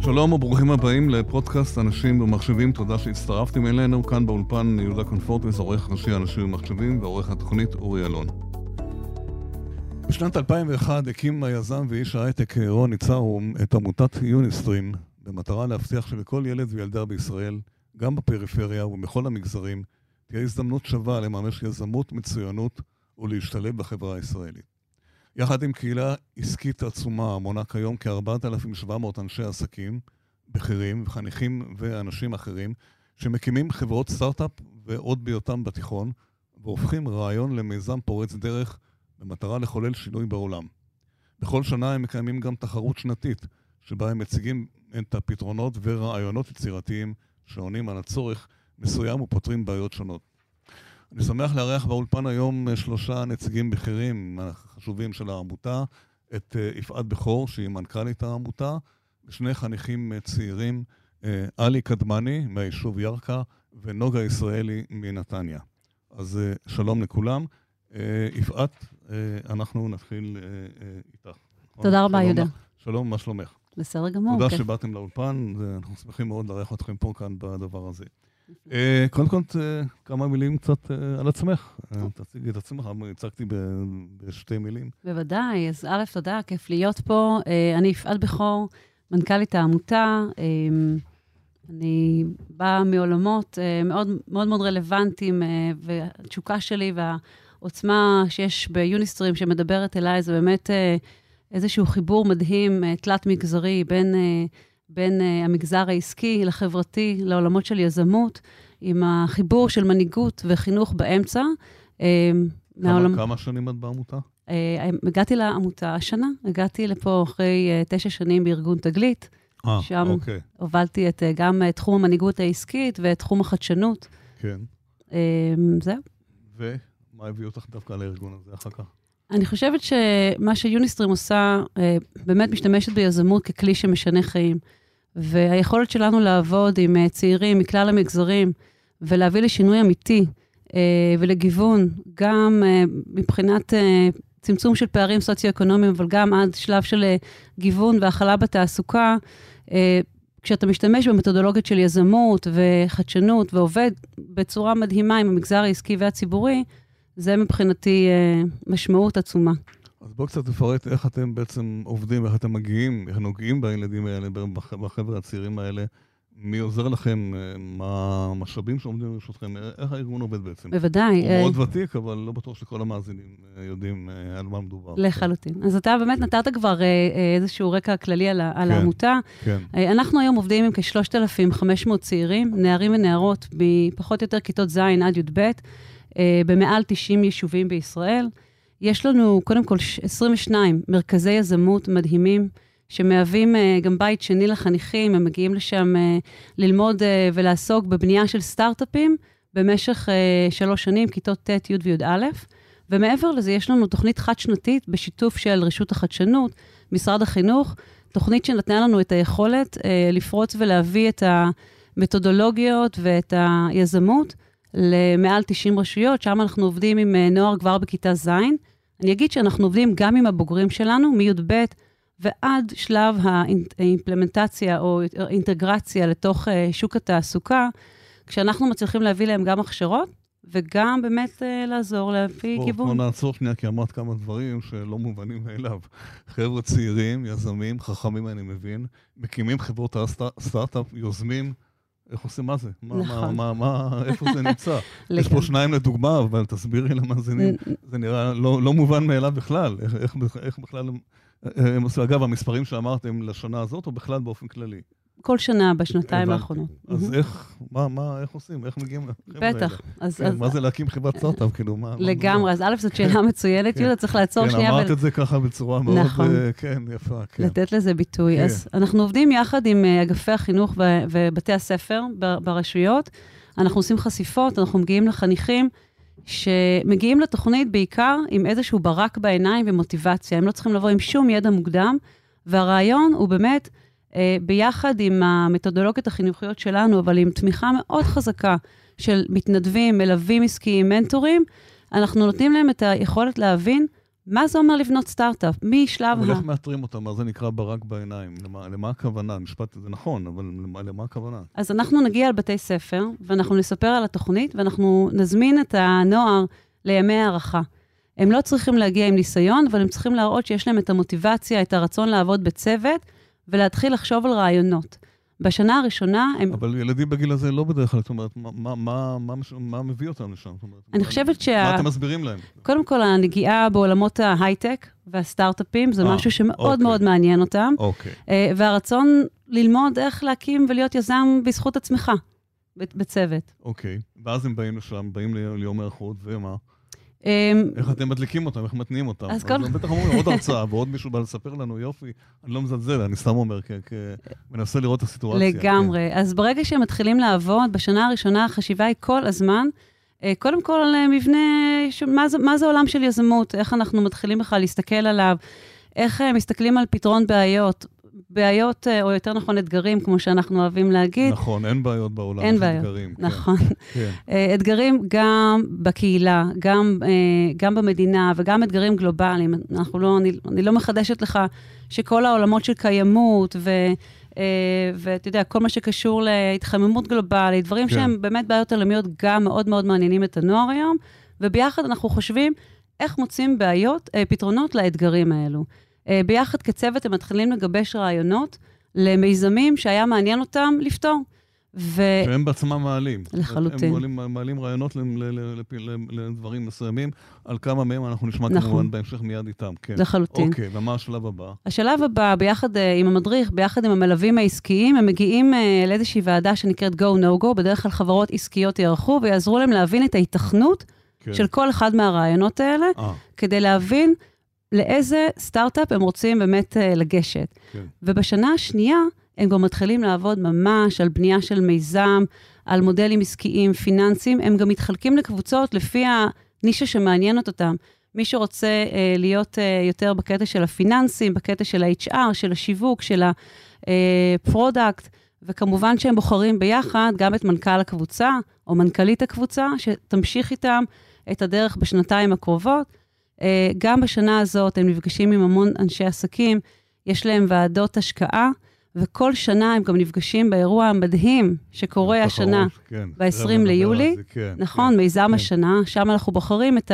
שלום וברוכים הבאים לפודקאסט אנשים ומחשבים, תודה שהצטרפתם אלינו. כאן באולפן יהודה קונפורטס, עורך ראשי אנשים ומחשבים, ועורך התוכנית אורי אלון. בשנת 2001 הקים היזם ואיש ההייטק רוני צהרום את עמותת יוניסטרים, במטרה להבטיח שלכל ילד וילדה בישראל, גם בפריפריה ובכל המגזרים, תהיה הזדמנות שווה לממש יזמות, מצוינות ולהשתלב בחברה הישראלית. יחד עם קהילה עסקית עצומה המונה כיום כ-4,700 אנשי עסקים, בכירים, חניכים ואנשים אחרים, שמקימים חברות סטארט-אפ ועוד בהיותם בתיכון, והופכים רעיון למיזם פורץ דרך במטרה לחולל שינוי בעולם. בכל שנה הם מקיימים גם תחרות שנתית, שבה הם מציגים את הפתרונות ורעיונות יצירתיים שעונים על הצורך מסוים ופותרים בעיות שונות. אני שמח לארח באולפן היום אה, שלושה נציגים בכירים החשובים של העמותה, את אה, יפעת בכור, שהיא מנכ"לית העמותה, ושני חניכים אה, צעירים, אה, עלי קדמני מהיישוב ירכא ונוגה ישראלי מנתניה. אז אה, שלום לכולם. אה, יפעת, אנחנו נתחיל אה, איתך. תודה רבה, יהודה. שלום, מה שלומך? בסדר גמור. תודה שבאתם לאולפן, אנחנו שמחים מאוד לארח אתכם פה כאן בדבר הזה. אה, קודם כל, כמה מילים קצת אה, על עצמך. תציגי את עצמך, הצגתי בשתי מילים. בוודאי, אז א', תודה, כיף להיות פה. אה, אני יפעת בכור, מנכ"לית העמותה. אה, אני באה מעולמות אה, מאוד מאוד מאוד רלוונטיים, אה, והתשוקה שלי והעוצמה שיש ביוניסטרים שמדברת אליי, זה באמת אה, איזשהו חיבור מדהים, תלת-מגזרי, בין... אה, בין uh, המגזר העסקי לחברתי, לעולמות של יזמות, עם החיבור של מנהיגות וחינוך באמצע. אה, כמה, מהעולם... כמה שנים את בעמותה? Uh, הגעתי לעמותה השנה, הגעתי לפה אחרי uh, תשע שנים בארגון תגלית. אה, שם אוקיי. הובלתי את, uh, גם את תחום המנהיגות העסקית ואת תחום החדשנות. כן. Uh, זהו. ומה הביא אותך דווקא לארגון הזה אחר כך? אני חושבת שמה שיוניסטרים עושה, אה, באמת משתמשת ביזמות ככלי שמשנה חיים. והיכולת שלנו לעבוד עם אה, צעירים מכלל המגזרים ולהביא לשינוי אמיתי אה, ולגיוון, גם אה, מבחינת אה, צמצום של פערים סוציו-אקונומיים, אבל גם עד שלב של אה, גיוון והכלה בתעסוקה, אה, כשאתה משתמש במתודולוגיות של יזמות וחדשנות ועובד בצורה מדהימה עם המגזר העסקי והציבורי, זה מבחינתי אה, משמעות עצומה. אז בואו קצת תפרט איך אתם בעצם עובדים, איך אתם מגיעים, איך נוגעים בילדים האלה, בחבר'ה הצעירים האלה. מי עוזר לכם, אה, מה המשאבים שעומדים לרשותכם, אה, איך הארגון עובד בעצם? בוודאי. אה, הוא מאוד ותיק, אבל לא בטוח שכל המאזינים אה, יודעים על מה מדובר. לחלוטין. אז אתה באמת נתת כבר אה, איזשהו רקע כללי על, כן, על העמותה. כן. אה, אנחנו היום עובדים עם כ-3,500 צעירים, נערים ונערות, מפחות או יותר כיתות ז' עד י"ב. אה, במעל 90 יישובים בישראל. יש לנו קודם כל 22 מרכזי יזמות מדהימים, שמהווים אה, גם בית שני לחניכים, הם מגיעים לשם אה, ללמוד אה, ולעסוק בבנייה של סטארט-אפים במשך אה, שלוש שנים, כיתות ט', י' וי"א. ומעבר לזה, יש לנו תוכנית חד-שנתית בשיתוף של רשות החדשנות, משרד החינוך, תוכנית שנתנה לנו את היכולת אה, לפרוץ ולהביא את המתודולוגיות ואת היזמות. למעל 90 רשויות, שם אנחנו עובדים עם אה, נוער כבר בכיתה ז'. אני אגיד שאנחנו עובדים גם עם הבוגרים שלנו, מי"ב ועד שלב האימפלמנטציה או אינטגרציה לתוך אה, שוק התעסוקה, כשאנחנו מצליחים להביא להם גם הכשרות. וגם באמת uh, לעזור להביא בוא, גיוון. בואו נעצור שנייה, כי אמרת כמה דברים שלא מובנים מאליו. חבר'ה צעירים, יזמים, חכמים, אני מבין, מקימים חברות הסטארט-אפ, יוזמים, איך עושים מה זה? מה, נכון. מה, מה, מה, איפה זה נמצא? יש פה שניים לדוגמה, אבל תסבירי למאזינים, זה נראה לא, לא מובן מאליו בכלל, איך, איך, איך בכלל הם עשו, אגב, המספרים שאמרתם לשנה הזאת, או בכלל באופן כללי? כל שנה בשנתיים האחרונות. אז איך, מה, מה, איך עושים? איך מגיעים לחבר'ה האלה? בטח. אז, כן, אז... מה זה להקים חברת סטארט-אפ? כאילו, מה... לגמרי, אז א', זאת שאלה מצוינת, יהודה, צריך לעצור שנייה. נכון. כן, אמרת את זה ככה בצורה מאוד, כן, יפה, כן. לתת לזה ביטוי. אז אנחנו עובדים יחד עם אה, אגפי החינוך ובתי הספר ברשויות. אנחנו עושים חשיפות, אנחנו מגיעים לחניכים. שמגיעים לתוכנית בעיקר עם איזשהו ברק בעיניים ומוטיבציה. הם לא צריכים לבוא עם שום ידע מוקדם, והרעיון הוא באמת אה, ביחד עם המתודולוגיות החינוכיות שלנו, אבל עם תמיכה מאוד חזקה של מתנדבים, מלווים עסקיים, מנטורים, אנחנו נותנים להם את היכולת להבין מה זה אומר לבנות סטארט-אפ? משלב אבל ה... איך מאתרים אותם? מה זה נקרא ברק בעיניים? למה, למה הכוונה? המשפט הזה נכון, אבל למה, למה הכוונה? אז אנחנו נגיע על בתי ספר, ואנחנו נספר על התוכנית, ואנחנו נזמין את הנוער לימי הערכה. הם לא צריכים להגיע עם ניסיון, אבל הם צריכים להראות שיש להם את המוטיבציה, את הרצון לעבוד בצוות, ולהתחיל לחשוב על רעיונות. בשנה הראשונה הם... אבל ילדים בגיל הזה לא בדרך כלל, זאת אומרת, מה, מה, מה, מה, מש- מה מביא אותם לשם? זאת אומרת, אני מה- חושבת מה שה... אתם מסבירים להם? קודם כל, הנגיעה בעולמות ההייטק והסטארט-אפים זה אה, משהו שמאוד אוקיי. מאוד מעניין אותם, אוקיי. אה, והרצון ללמוד איך להקים ולהיות יזם בזכות עצמך, ב- בצוות. אוקיי. ואז הם באים לשם, באים ל- ליום היערכות, ומה? אה, איך אתם מדליקים אותם? איך מתניעים אותם? אז קודם- הם בטח אומרים, עוד הרצאה, ועוד מישהו בא לספר לנו, יופי. אני לא מזלזל, אני סתם אומר, כ- כ- מנסה לראות את הסיטואציה. לגמרי. כן. אז ברגע שהם מתחילים לעבוד, בשנה הראשונה החשיבה היא כל הזמן, אה, קודם כל על אה, מבנה, ש- מה זה, מה זה עולם של יזמות, איך אנחנו מתחילים בכלל להסתכל עליו, איך אה, מסתכלים על פתרון בעיות, בעיות, אה, או יותר נכון אתגרים, כמו שאנחנו אוהבים כן. להגיד. נכון, אין בעיות בעולם. אין יש בעיות. אתגרים, כן, נכון. כן. אה, אתגרים גם בקהילה, גם, אה, גם במדינה וגם אתגרים גלובליים. אנחנו לא, אני, אני לא מחדשת לך שכל העולמות של קיימות ו... אה, ואתה יודע, כל מה שקשור להתחממות גלובלית, דברים כן. כן. שהם באמת בעיות עולמיות גם מאוד מאוד מעניינים את הנוער היום, וביחד אנחנו חושבים איך מוצאים בעיות, אה, פתרונות לאתגרים האלו. אה, ביחד כצוות הם מתחילים לגבש רעיונות למיזמים שהיה מעניין אותם לפתור. ו... שהם בעצמם מעלים. לחלוטין. הם מעלים, מעלים רעיונות ל- ל- ל- לפ- ל- לדברים מסוימים, על כמה מהם אנחנו נשמע נכון. כמובן בהמשך מיד איתם, כן. לחלוטין. אוקיי, ומה השלב הבא? השלב הבא, ביחד אה, עם המדריך, ביחד עם המלווים העסקיים, הם מגיעים אה, לאיזושהי ועדה שנקראת Go No Go, בדרך כלל חברות עסקיות יערכו ויעזרו להם להבין את ההיתכנות כן. של כל אחד מהרעיונות האלה, אה, כדי להבין לאיזה סטארט-אפ הם רוצים באמת אה, לגשת. כן. ובשנה השנייה, הם גם מתחילים לעבוד ממש על בנייה של מיזם, על מודלים עסקיים, פיננסיים. הם גם מתחלקים לקבוצות לפי הנישה שמעניינת אותם. מי שרוצה אה, להיות אה, יותר בקטע של הפיננסים, בקטע של ה-HR, של השיווק, של הפרודקט, וכמובן שהם בוחרים ביחד גם את מנכ"ל הקבוצה או מנכ"לית הקבוצה, שתמשיך איתם את הדרך בשנתיים הקרובות. אה, גם בשנה הזאת הם נפגשים עם המון אנשי עסקים, יש להם ועדות השקעה, וכל שנה הם גם נפגשים באירוע המדהים שקורה תחרות, השנה. כן. ב- 20 נדבר על ליולי, זה, כן, נכון, כן, מיזם השנה, שם אנחנו בוחרים את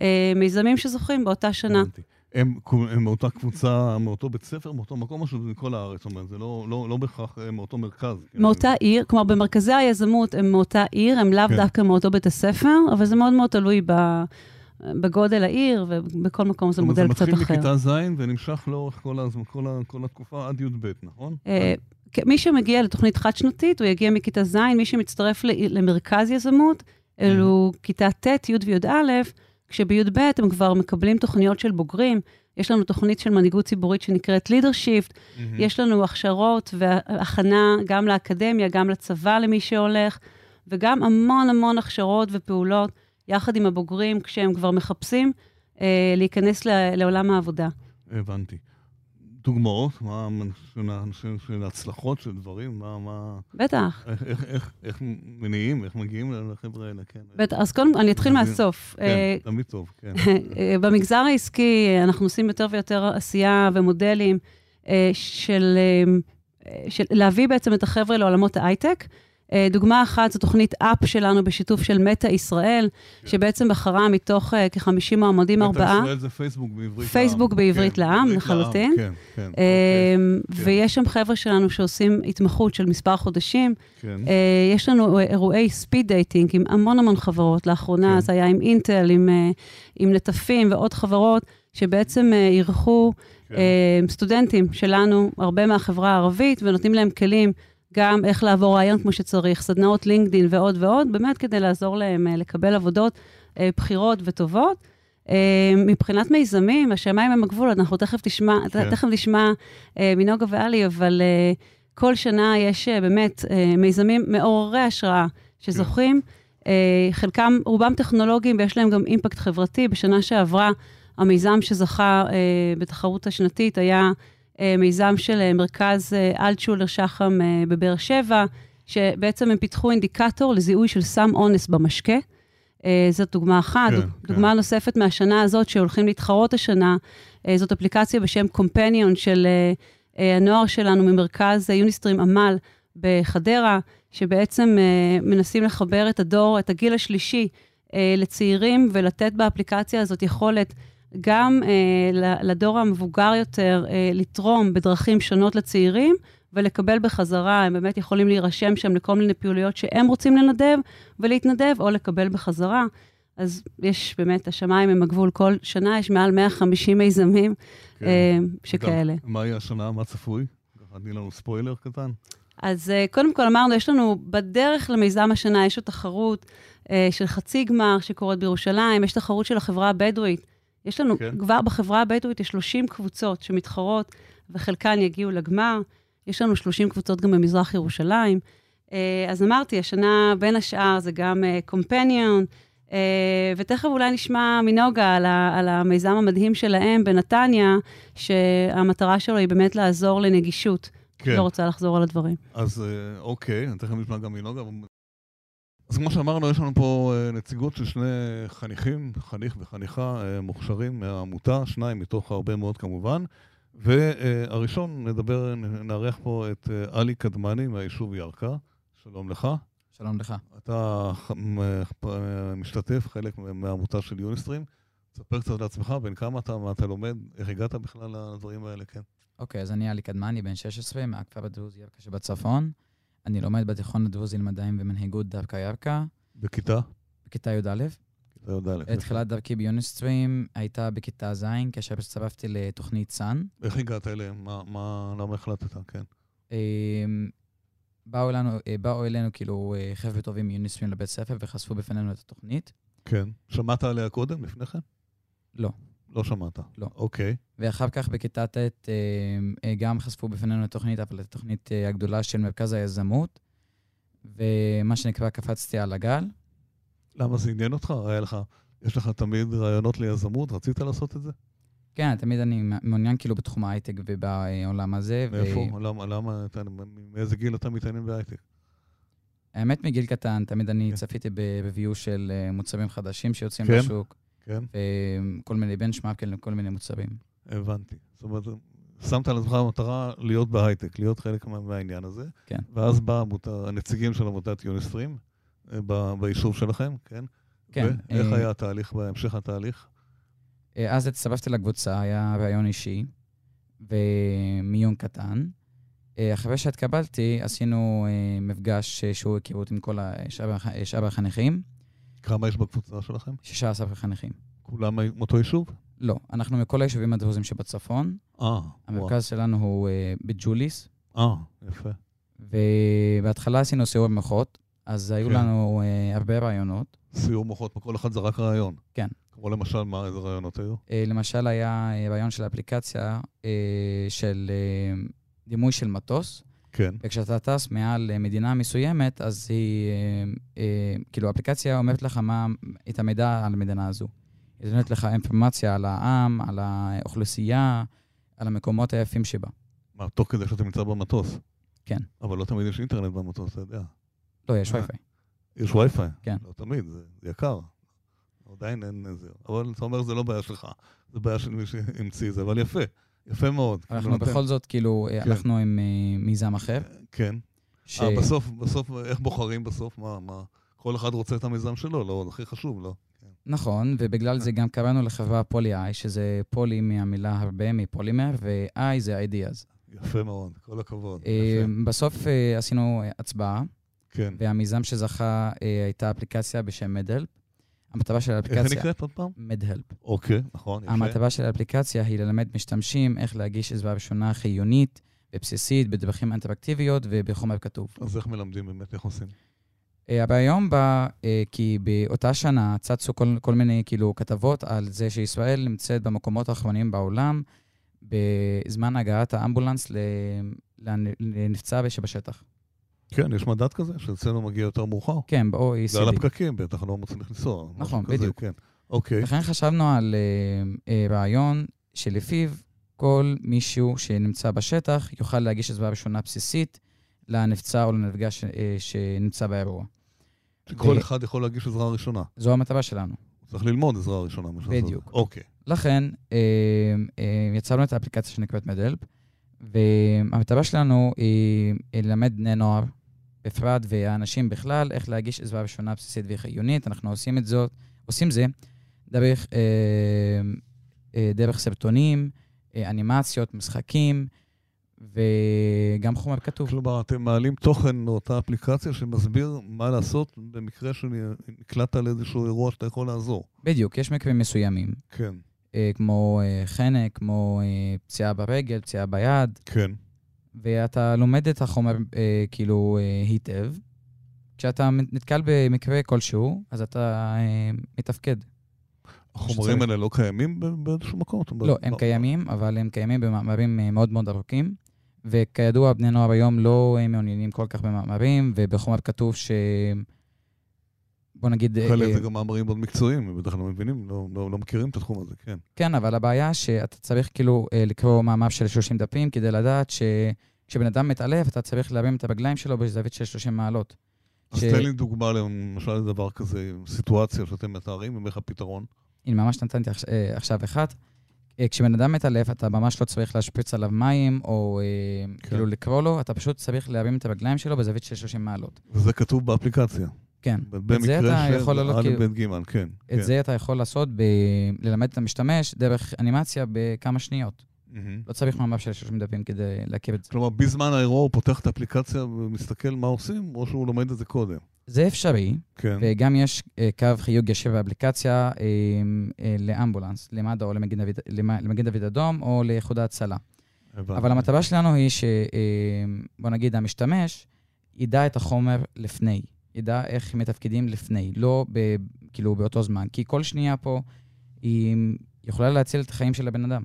המיזמים שזוכים באותה שנה. הבנתי. הם, כו- הם מאותה קבוצה, מאותו בית ספר, מאותו מקום, משהו מכל הארץ, זאת אומרת, זה לא, לא, לא בהכרח אה, מאותו מרכז. כן. מאותה עיר, כלומר במרכזי היזמות הם מאותה עיר, הם לאו כן. דווקא מאותו בית הספר, אבל זה מאוד מאוד תלוי ב- בגודל העיר, ובכל מקום זאת זה אומרת, מודל קצת זה מתחיל אחר. מכיתה ז' ונמשך לאורך כל, הזמן, כל, ה- כל התקופה עד י"ב, נכון? אה, כ- מי שמגיע לתוכנית חד-שנתית, הוא יגיע מכיתה ז', מי שמצטרף ל- למרכז יזמות, כן. אלו כיתה ט', י' וי"א, כשבי"ב הם כבר מקבלים תוכניות של בוגרים. יש לנו תוכנית של מנהיגות ציבורית שנקראת לידרשיפט, מהמם. יש לנו הכשרות והכנה גם לאקדמיה, גם לצבא למי שהולך, וגם המון המון הכשרות ופעולות יחד עם הבוגרים, כשהם כבר מחפשים אה, להיכנס ל- לעולם העבודה. הבנתי. דוגמאות, מה, של, של, של הצלחות, של דברים, מה, מה, בטח. איך, איך, איך, איך מניעים, איך מגיעים לחבר'ה האלה, כן. בטח. אז קודם, אני אתחיל מדהים. מהסוף. אה, כן, תמיד טוב, כן. אה, במגזר העסקי אה, אנחנו עושים יותר ויותר עשייה ומודלים אה, של, אה, אה, של להביא בעצם את החבר'ה לעולמות ההייטק. אה, דוגמה אחת זו תוכנית אפ שלנו בשיתוף של מטא ישראל, כן. שבעצם בחרה מתוך אה, כ-50 מועמדים ארבעה. ישראל זה פייסבוק בעברית פייסבוק לעם. בעברית כן, לעם, בעברית לחלוטין. כן, כן. אה, אוקיי, כן. ויש שם חבר'ה שלנו שעושים התמחות של מספר חודשים. כן. אה, יש לנו אירועי ספיד דייטינג עם המון המון חברות. לאחרונה כן. זה היה עם אינטל, עם, אה, עם נטפים ועוד חברות, שבעצם אה, אירחו כן. אה, סטודנטים שלנו, הרבה מהחברה הערבית, ונותנים להם כלים גם איך לעבור רעיון כמו שצריך, סדנאות לינקדין ועוד ועוד, באמת כדי לעזור להם אה, לקבל עבודות אה, בחירות וטובות. אה, מבחינת מיזמים, השמיים הם הגבול, אנחנו תכף תשמע, כן. כן. תכף נשמע אה, מנוגה ואלי, אבל אה, כל שנה יש אה, באמת אה, מיזמים מעוררי השראה שזוכים. אה, חלקם, רובם טכנולוגיים ויש להם גם אימפקט חברתי. בשנה שעברה, המיזם שזכה אה, בתחרות השנתית היה אה, מיזם של אה, מרכז אה, אלטשולר שחם אה, בבאר שבע, שבעצם הם פיתחו אינדיקטור לזיהוי של סם אונס במשקה. אה, זאת דוגמה אחת. כן, דוג- כן. דוגמה נוספת מהשנה הזאת, שהולכים להתחרות השנה, אה, זאת אפליקציה בשם קומפניון של אה, אה, הנוער שלנו ממרכז אה, יוניסטרים עמל בחדרה, שבעצם אה, מנסים לחבר את הדור, את הגיל השלישי, אה, לצעירים, ולתת באפליקציה הזאת יכולת גם אה, ל- לדור המבוגר יותר אה, לתרום בדרכים שונות לצעירים, ולקבל בחזרה, הם באמת יכולים להירשם שם לכל מיני פעילויות שהם רוצים לנדב ולהתנדב, או לקבל בחזרה. אז יש באמת, השמיים הם הגבול. כל שנה יש מעל 150 מיזמים כן. אה, שכאלה. גם, מה יהיה השנה? מה צפוי? ככה, תני לנו ספוילר קטן. אז אה, קודם כל אמרנו, יש לנו, בדרך למיזם השנה יש עוד תחרות אה, של חצי גמר שקורית בירושלים, יש תחרות של החברה הבדואית. יש לנו, כן. כן. כבר בחברה הבדואית יש 30 קבוצות שמתחרות, וחלקן יגיעו לגמר. יש לנו 30 קבוצות גם במזרח ירושלים. אה, אז אמרתי, השנה, בין השאר, זה גם קומפניון, ותכף אולי נשמע מנוגה על, ה, על המיזם המדהים שלהם בנתניה, שהמטרה שלו היא באמת לעזור לנגישות. כן. לא רוצה לחזור על הדברים. אז אה, אוקיי, אני תכף נשמע גם מנוגה. אבל- אז כמו שאמרנו, יש לנו פה אה, נציגות של שני חניכים, חניך וחניכה אה, מוכשרים מהעמותה, שניים מתוך הרבה מאוד כמובן. והראשון, נדבר, נ- נארח פה את אה, עלי קדמני מהיישוב ירכא. שלום לך. שלום לך. אתה ח- מ- אה, משתתף, חלק מה- מהעמותה של יוניסטרים. תספר קצת על עצמך, בין כמה אתה, מה אתה לומד, איך הגעת בכלל לדברים האלה, כן. אוקיי, אז אני עלי קדמני, בן 16, מהכפר הדרוזי ירכא שבצפון. אני לומד בתיכון הדרוזי למדעים ומנהיגות דווקא ירכא, בכיתה? בכיתה י"א. כיתה י"א. תחילת דרכי ביוניסטרים הייתה בכיתה ז', כאשר הצטרפתי לתוכנית סאן. איך הגעת אליהם? מה, מה, למה החלטת? כן. אמ, באו אלינו, אה, באו אלינו כאילו אה, חבר'ה טובים מיוניסטרים לבית ספר וחשפו בפנינו את התוכנית. כן. שמעת עליה קודם, לפני כן? לא. לא שמעת. לא. אוקיי. ואחר כך בכיתה ט' אמ, אה, גם חשפו בפנינו את התוכנית, אבל את התוכנית אה, הגדולה של מרכז היזמות, ומה שנקרא קפצתי על הגל. למה זה עניין אותך? היה לך, יש לך תמיד רעיונות ליזמות? רצית לעשות את זה? כן, תמיד אני מעוניין כאילו בתחום ההייטק ובעולם הזה. ו- מאיפה? למה, למה, אתה, מאיזה גיל אתה מתעניין בהייטק? האמת, מגיל קטן, תמיד אני כן. צפיתי בריוויו של אה, מוצרים חדשים שיוצאים כן. לשוק, כן? וכל מיני בנצ'מארקים לכל מיני מוצרים. הבנתי. זאת אומרת, שמת על עצמך מטרה להיות בהייטק, להיות חלק מה- מהעניין הזה. כן. ואז באה העמותה- הנציגים של עמותת יוניסטרים אה, ב- ביישוב שלכם, כן? כן, ואיך אה, היה התהליך, בהמשך התהליך? אה, אז הצטרפתי לקבוצה, היה ראיון אישי ומיון קטן. אה, אחרי שהתקבלתי, עשינו אה, מפגש אה, שהוא היכרות עם כל ה- שאר הח- אה, שאר החניכים, כמה יש בקבוצה שלכם? 16 חניכים. כולם מאותו יישוב? לא, אנחנו מכל היישובים הדרוזים שבצפון. אה, וואו. המרכז שלנו הוא אה, בג'וליס, אה, יפה. ובהתחלה עשינו סיור מוחות, אז היו כן. לנו אה, הרבה רעיונות. סיור מוחות, כל אחד זרק רעיון. כן. כמו למשל, מה, איזה רעיונות היו? אה, למשל, היה אה, רעיון של אפליקציה אה, של אה, דימוי של מטוס, כן. וכשאתה טס מעל אה, מדינה מסוימת, אז היא, אה, אה, כאילו, האפליקציה אומרת לך מה, את המידע על המדינה הזו. היא נותנת לך אינפורמציה על העם, על האוכלוסייה, על המקומות היפים שבה. מה, תוך כדי שאתה נמצא במטוס? כן. אבל לא תמיד יש אינטרנט במטוס, אתה יודע. לא, יש אה. וי-פיי. יש וי-פיי. כן. לא תמיד, זה זה יקר. עדיין אין איזה... אבל אתה אומר, זה לא בעיה שלך. זה בעיה של מי שהמציא את זה, אבל יפה. יפה מאוד. כאילו, אנחנו נותן- בכל זאת, כאילו, אה, כן. הלכנו עם אה, מיזם אחר. כן. ש- אה, בסוף, בסוף, איך בוחרים בסוף? מה, מה? כל אחד רוצה את המיזם שלו, לא? זה הכי חשוב, לא? נכון, ובגלל זה גם קראנו לחברה פולי-איי, שזה פולי מהמילה הרבה, מפולימר, ו-I זה ideas. יפה מאוד, כל הכבוד. אה, יפה. בסוף אה, עשינו אה, הצבעה, כן. והמיזם שזכה אה, הייתה אפליקציה בשם מדהלפ. המטרה של איך זה האפליקציה... נקראת עוד פעם? מדהלפ. אוקיי, נכון, יפה. המטרה של האפליקציה היא ללמד משתמשים איך להגיש עזרה ראשונה חיונית ובסיסית בדרכים אינטראקטיביות ובחומר כתוב. אז איך מלמדים באמת, איך עושים? אה, הרעיון בא אה, כי באותה שנה צצו כל, כל מיני כאילו כתבות על זה שישראל נמצאת במקומות האחרונים בעולם בזמן הגעת האמבולנס ל- לנ- לנפצע שבשטח. כן, יש מדד כזה, שאצלנו מגיע יותר מאוחר. כן, ב-OECD. בגלל הפקקים, בטח לא מצליח לנסוע. משהו נכון, כזה, בדיוק. כן. אוקיי, לכן חשבנו על אה, אה, רעיון שלפיו כל מישהו שנמצא בשטח יוכל להגיש עזרה ראשונה בסיסית לנפצע או לנפגע ש, אה, שנמצא באירוע. שכל ב- אחד יכול להגיש עזרה ראשונה. זו המטרה שלנו. הוא צריך ללמוד עזרה ראשונה, מה שצריך. בדיוק. אוקיי. לכן, אה, אה, יצרנו את האפליקציה שנקראת מדלפ, והמטרה שלנו היא היא ללמד בני נוער, בפרט והאנשים בכלל, איך להגיש עזרה ראשונה בסיסית וחיונית. אנחנו עושים את זאת, עושים זה דרך, אה, אה, דרך סרטונים, אה, אנימציות, משחקים, וגם חומר כתוב. כלומר, אתם מעלים תוכן מאותה אפליקציה שמסביר מה לעשות במקרה שנקלעת לאיזשהו אירוע שאתה יכול לעזור. בדיוק, יש מקרים מסוימים, כן, אה, כמו אה, חנק, כמו אה, פציעה ברגל, פציעה ביד, כן. ואתה לומד את החומר אה, כאילו אה, היטב. כשאתה נתקל במקרה כלשהו, אז אתה אה, מתפקד. החומרים שצריך. האלה לא קיימים ב- באיזשהו מקום? זאת אומרת, לא, הם קיימים, אבל הם קיימים במאמרים אה, מאוד מאוד ארוכים, וכידוע, בני נוער היום לא אה, מעוניינים כל כך במאמרים, ובחומר כתוב ש... בוא נגיד... אה, חלק אה, זה גם מאמרים מאוד מקצועיים, הם בטח לא מבינים, לא- לא לא מכירים את התחום הזה, כן. כן, אבל הבעיה שאתה צריך כאילו אה, לקרוא מאמר של 30 דפים כדי לדעת שכשבן אדם מתעלף, אתה צריך להרים את הרגליים שלו בזווית של 30 מעלות. אז ש- תן לי דוגמה למשל לדבר כזה, סיטואציה שאתם מתארים ואיך הפתרון. הנה, ממש נתתי עכש- אה, עכשיו אחת. אה, כשבן אדם מתעלף, אתה ממש לא צריך להשפריץ עליו מים, או אה, כן. כאילו לקרוא לו, אתה פשוט צריך להרים את הרגליים שלו בזווית של 30 מעלות. וזה כתוב באפליקציה. כן. במקרה את זה אתה של יכול לעלות א', כאילו- ב', ג', כן. כן. את זה אתה יכול לעשות, ב... ללמד את המשתמש דרך אנימציה בכמה שניות. מהמם. לא צריך מאמר של 30 דפים כדי להכיר את זה. כלומר, בזמן האירוע הוא פותח את האפליקציה ומסתכל מה עושים, או שהוא לומד את זה קודם. זה אפשרי, כן. וגם יש אה, קו חיוג ישיר באפליקציה אה, אה, לאמבולנס, למד"א או למגן דוד- למ- למגן דוד אדום או לאיחוד ההצלה. הבנתי. אבל המטרה שלנו היא ש... אה, בוא נגיד, המשתמש ידע את החומר לפני, ידע איך מתפקדים לפני, לא ב, כאילו באותו זמן, כי כל שנייה פה היא יכולה להציל את החיים של הבן אדם.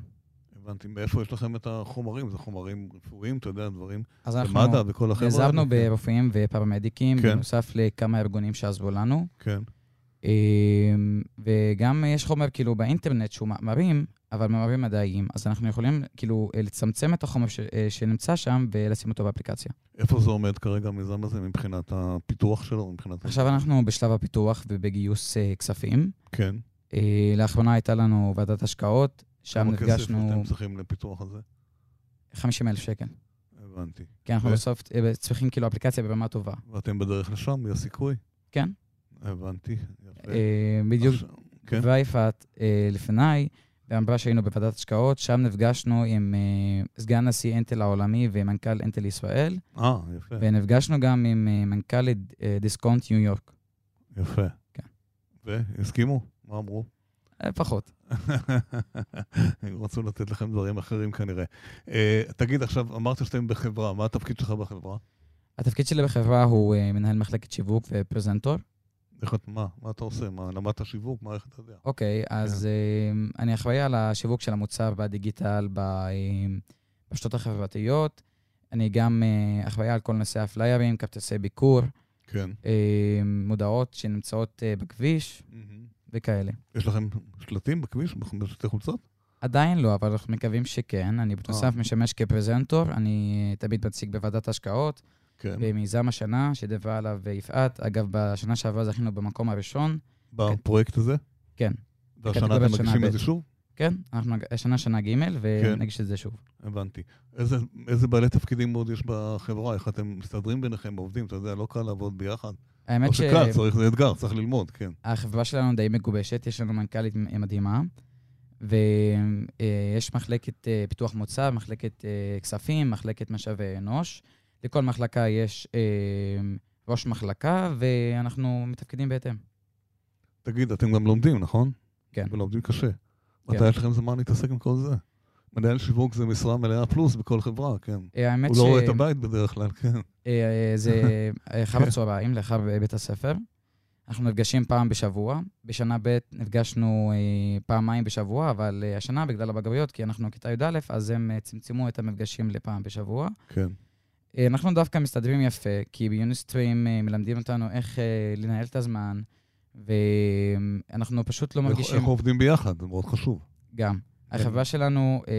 הבנתי. מאיפה יש לכם את החומרים? זה חומרים רפואיים, אתה יודע, דברים. אז אנחנו במד"א וכל החבר'ה. נעזרנו האלה? ברופאים ופרמדיקים, אוקיי. כן. בנוסף לכמה ארגונים שעזבו לנו. כן. אה, וגם יש חומר כאילו באינטרנט שהוא מאמרים, אבל מאמרים מדעיים. אז אנחנו יכולים כאילו אה, לצמצם את החומר ש, אה, שנמצא שם ולשים אותו באפליקציה. איפה זה עומד כרגע, המיזם הזה, מבחינת הפיתוח שלו, מבחינת... עכשיו אנחנו בשלב הפיתוח ובגיוס אה, כספים. כן. אה, לאחרונה הייתה לנו ועדת השקעות, שם כמה כסף נפגשנו אתם צריכים לפיתוח הזה? 50 אלף שקל. הבנתי. כי אנחנו ו- בסוף אה, צריכים כאילו אפליקציה ברמה טובה. ואתם בדרך לשם, יש סיכוי? כן. הבנתי. יפה. אה, בדיוק עכשיו- כן. ויפת אה, לפניי, ואמרה שהיינו בוועדת השקעות, שם נפגשנו עם אה, סגן נשיא אינטל העולמי ומנכ"ל אינטל ישראל, אה, יפה. ונפגשנו גם עם אה, מנכ"ל אה, דיסקונט ניו יורק, יפה. כן. והסכימו? מה אמרו? אה, פחות. הם רצו לתת לכם דברים אחרים כנראה. אה, תגיד עכשיו, אמרת שאתם בחברה, מה התפקיד שלך בחברה? התפקיד שלי בחברה הוא אה, מנהל מחלקת שיווק ופרזנטור. איך את, מה? מה אתה עושה? מה, למדת שיווק? מה, איך אתה יודע? אוקיי, אז אה, אני אחראי על השיווק של המוצר בדיגיטל, ב- אה, ברשתות החברתיות. אני גם אה, אחראי על כל נושא הפליירים, כרטיסי ביקור, כן. אה, מודעות שנמצאות אה, בכביש וכאלה. Mm-hmm. יש לכם שלטים בכביש? בשלטי חולצות? עדיין לא, אבל אנחנו מקווים שכן. אני בנוסף משמש כפרזנטור, אני אה, תמיד מציג בוועדת השקעות, כן. במיזם השנה, שדיברה עליו אה, יפעת. אגב, בשנה שעברה זכינו במקום הראשון. בפרויקט הזה? כן. והשנה בקטגוריית אתם שנה מגישים את זה ב'. שוב? כן. כן, אנחנו נג- השנה שנה ג' ונגיש את זה שוב. הבנתי. איזה- איזה בעלי תפקידים עוד יש בחברה? איך אתם מסתדרים ביניכם, עובדים? אתה יודע, לא קל לעבוד ביחד. האמת לא שקל, צריך, זה אתגר, צריך ללמוד, כן. שהחברה שלנו די מגובשת, יש לנו מנכ"לית מ- מדהימה, ויש מחלקת אה, פיתוח מוצר, מחלקת אה, כספים, מחלקת משאבי אנוש. לכל מחלקה יש אה, ראש מחלקה, ואנחנו מתפקדים בהתאם. תגיד, אתם גם לומדים, נכון? כן. ולומדים קשה. מתי יש לכם זמן להתעסק עם כל זה? מנהל שיווק זה משרה מלאה פלוס בכל חברה, כן. אה, האמת הוא ש... לא רואה את הבית בדרך כלל, כן. אה, אה, זה אה, אחר הצהריים, לאחר אה, בית הספר. אנחנו נפגשים פעם בשבוע. בשנה ב' נפגשנו אה, פעמיים בשבוע, אבל אה, השנה, בגלל הבגרויות, כי אנחנו כיתה י"א, אז הם אה, צמצמו את המפגשים לפעם בשבוע. כן. אה, אנחנו דווקא מסתדרים יפה, כי ביוניסטרים אה, מלמדים אותנו איך אה, לנהל את הזמן, ואנחנו פשוט לא איך- כן. מרגישים איך עובדים ביחד, זה מאוד חשוב. גם. החברה שלנו אה,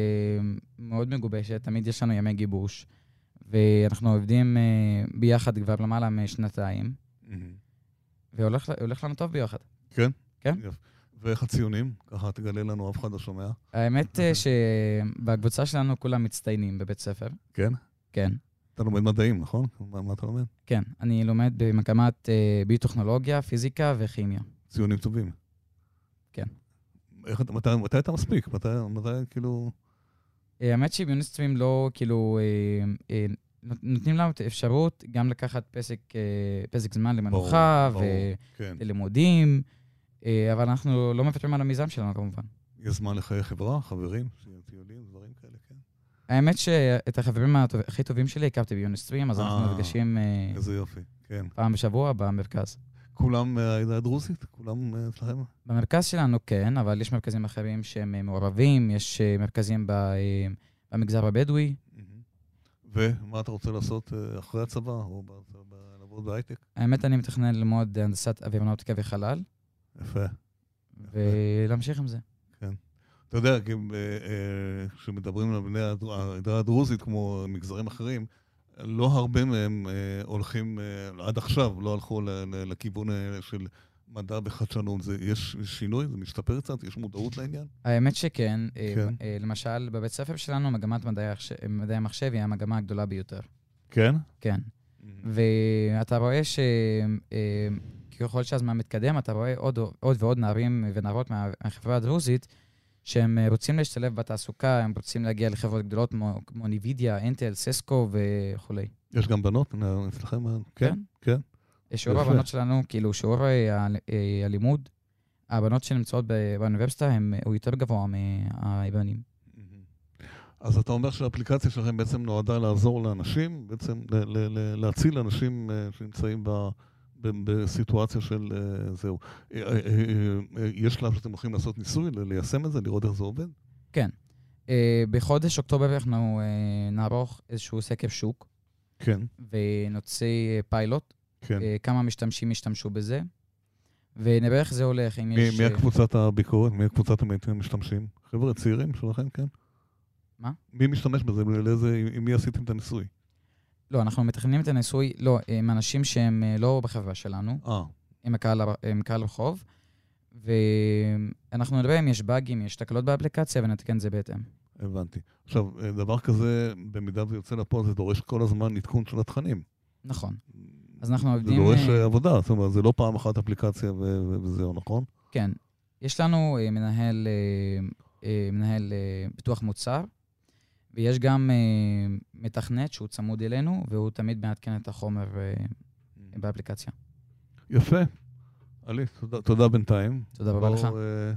מאוד מגובשת, תמיד יש לנו ימי גיבוש, ואנחנו עובדים אה, ביחד כבר למעלה משנתיים. והולך הולך לנו טוב ביחד. כן? כן. יפה. ואיך הציונים? ככה תגלה לנו, אף אחד לא שומע. האמת אה, אוקיי. שבקבוצה שלנו כולם מצטיינים בבית ספר. כן? כן. אתה לומד מדעים, נכון? מה, מה אתה לומד? כן, אני לומד במגמת אה, ביוטכנולוגיה, פיזיקה וכימיה. ציונים טובים. כן. איך, אתה- מתי, מתי אתה מספיק? מתי, מתי כאילו... אה, האמת שביוניסטרים לא, כאילו, אה, אה, נות- נותנים לנו את האפשרות גם לקחת פסק, אה, פסק זמן למנוחה ברור, כן. ולימודים, אה, אבל אנחנו לא מוותרים על המיזם שלנו כמובן. יש זמן לחיי חברה, חברים, טיולים, דברים כאלה, כן. האמת שאת החברים הטוב- הכי טובים שלי הכרתי ביוניסטרים, אז אה. אנחנו נפגשים אה, איזה יופי, כן. פעם בשבוע במרכז. כולם מהעדה הדרוזית? כולם אה, אצלכם? במרכז שלנו כן, אבל יש מרכזים אחרים שהם אה, מעורבים, יש אה, מרכזים ב- אה, במגזר הבדואי. ומה אתה רוצה לעשות אה, אחרי הצבא, או ב- ב- לעבוד בהייטק? האמת, אני מתכנן ללמוד הנדסת אווירונאוטיקה וחלל, יפה. ולהמשיך עם זה. אתה יודע, כי, אה, אה, כשמדברים על בני הדר- העדה הדרוזית, כמו מגזרים אחרים, לא הרבה מהם אה, הולכים, אה, עד עכשיו לא הלכו ל- ל- לכיוון אה, של מדע וחדשנות. זה- יש שינוי? זה משתפר קצת? יש מודעות לעניין? האמת שכן, אה, כן. אה, למשל, בבית ספר שלנו, מגמת מדעי החש- מדעי המחשב היא המגמה הגדולה ביותר. כן. כן. ואתה רואה שככל שהזמן מתקדם, אתה רואה עוד, עוד ועוד נערים ונערות מה- מהחברה הדרוזית שהם אה, רוצים להשתלב בתעסוקה, הם רוצים להגיע לחברות גדולות כמו, כמו ניווידיה, אינטל, ססקו וכולי. יש גם בנות אה, אצלכם? אה, כן. אה, שיעור יפה. הבנות שלנו, כאילו שיעור אה, ה- אה, הלימוד, הבנות שנמצאות ב- באוניברסיטה הם, אה, הוא יותר גבוה מהבנים. אז אתה אומר שהאפליקציה שלכם בעצם נועדה לעזור לאנשים, בעצם ל- ל- ל- להציל אנשים אה, שנמצאים ב- ב- בסיטואציה של אה, זהו. אה, אה, אה, אה, יש שלב שאתם הולכים לעשות ניסוי, ל- ליישם את זה, לראות איך זה עובד? אה, בחודש אוקטובר אנחנו אה, נערוך איזשהו סקר שוק כן, ונוציא אה, פיילוט, כן. אה, כמה משתמשים ישתמשו בזה, ונראה איך זה הולך, אם מי יש... מי אה, הקבוצת הביקורת? מי הקבוצת המת- המשתמשים? חבר'ה צעירים שלכם, כן? מה? מי משתמש בזה? לאיזה, עם- עם מי עשיתם את הניסוי? לא, אנחנו מתכננים את הניסוי, לא, עם אנשים שהם אה, לא בחברה שלנו, אה, עם הקהל, הר- עם קהל רחוב, ואנחנו נראה אם יש באגים, יש תקלות באפליקציה, ונתקן את זה בהתאם. הבנתי. עכשיו, אה, דבר כזה, במידה ויוצא לפועל, זה דורש כל הזמן עדכון של התכנים. נכון. אז אנחנו זה עובדים... דורש אה, אה, עבודה, זאת אומרת, זה לא פעם אחת אפליקציה ו- ו- וזהו, נכון? כן. יש לנו אה, מנהל, אה, אה, מנהל אה, פיתוח מוצר, ויש גם אה, מתכנת שהוא צמוד אלינו, והוא תמיד מעדכן את החומר אה, באפליקציה. יפה. עלי, תודה- תודה בינתיים. תודה רבה לך. בואו, אה,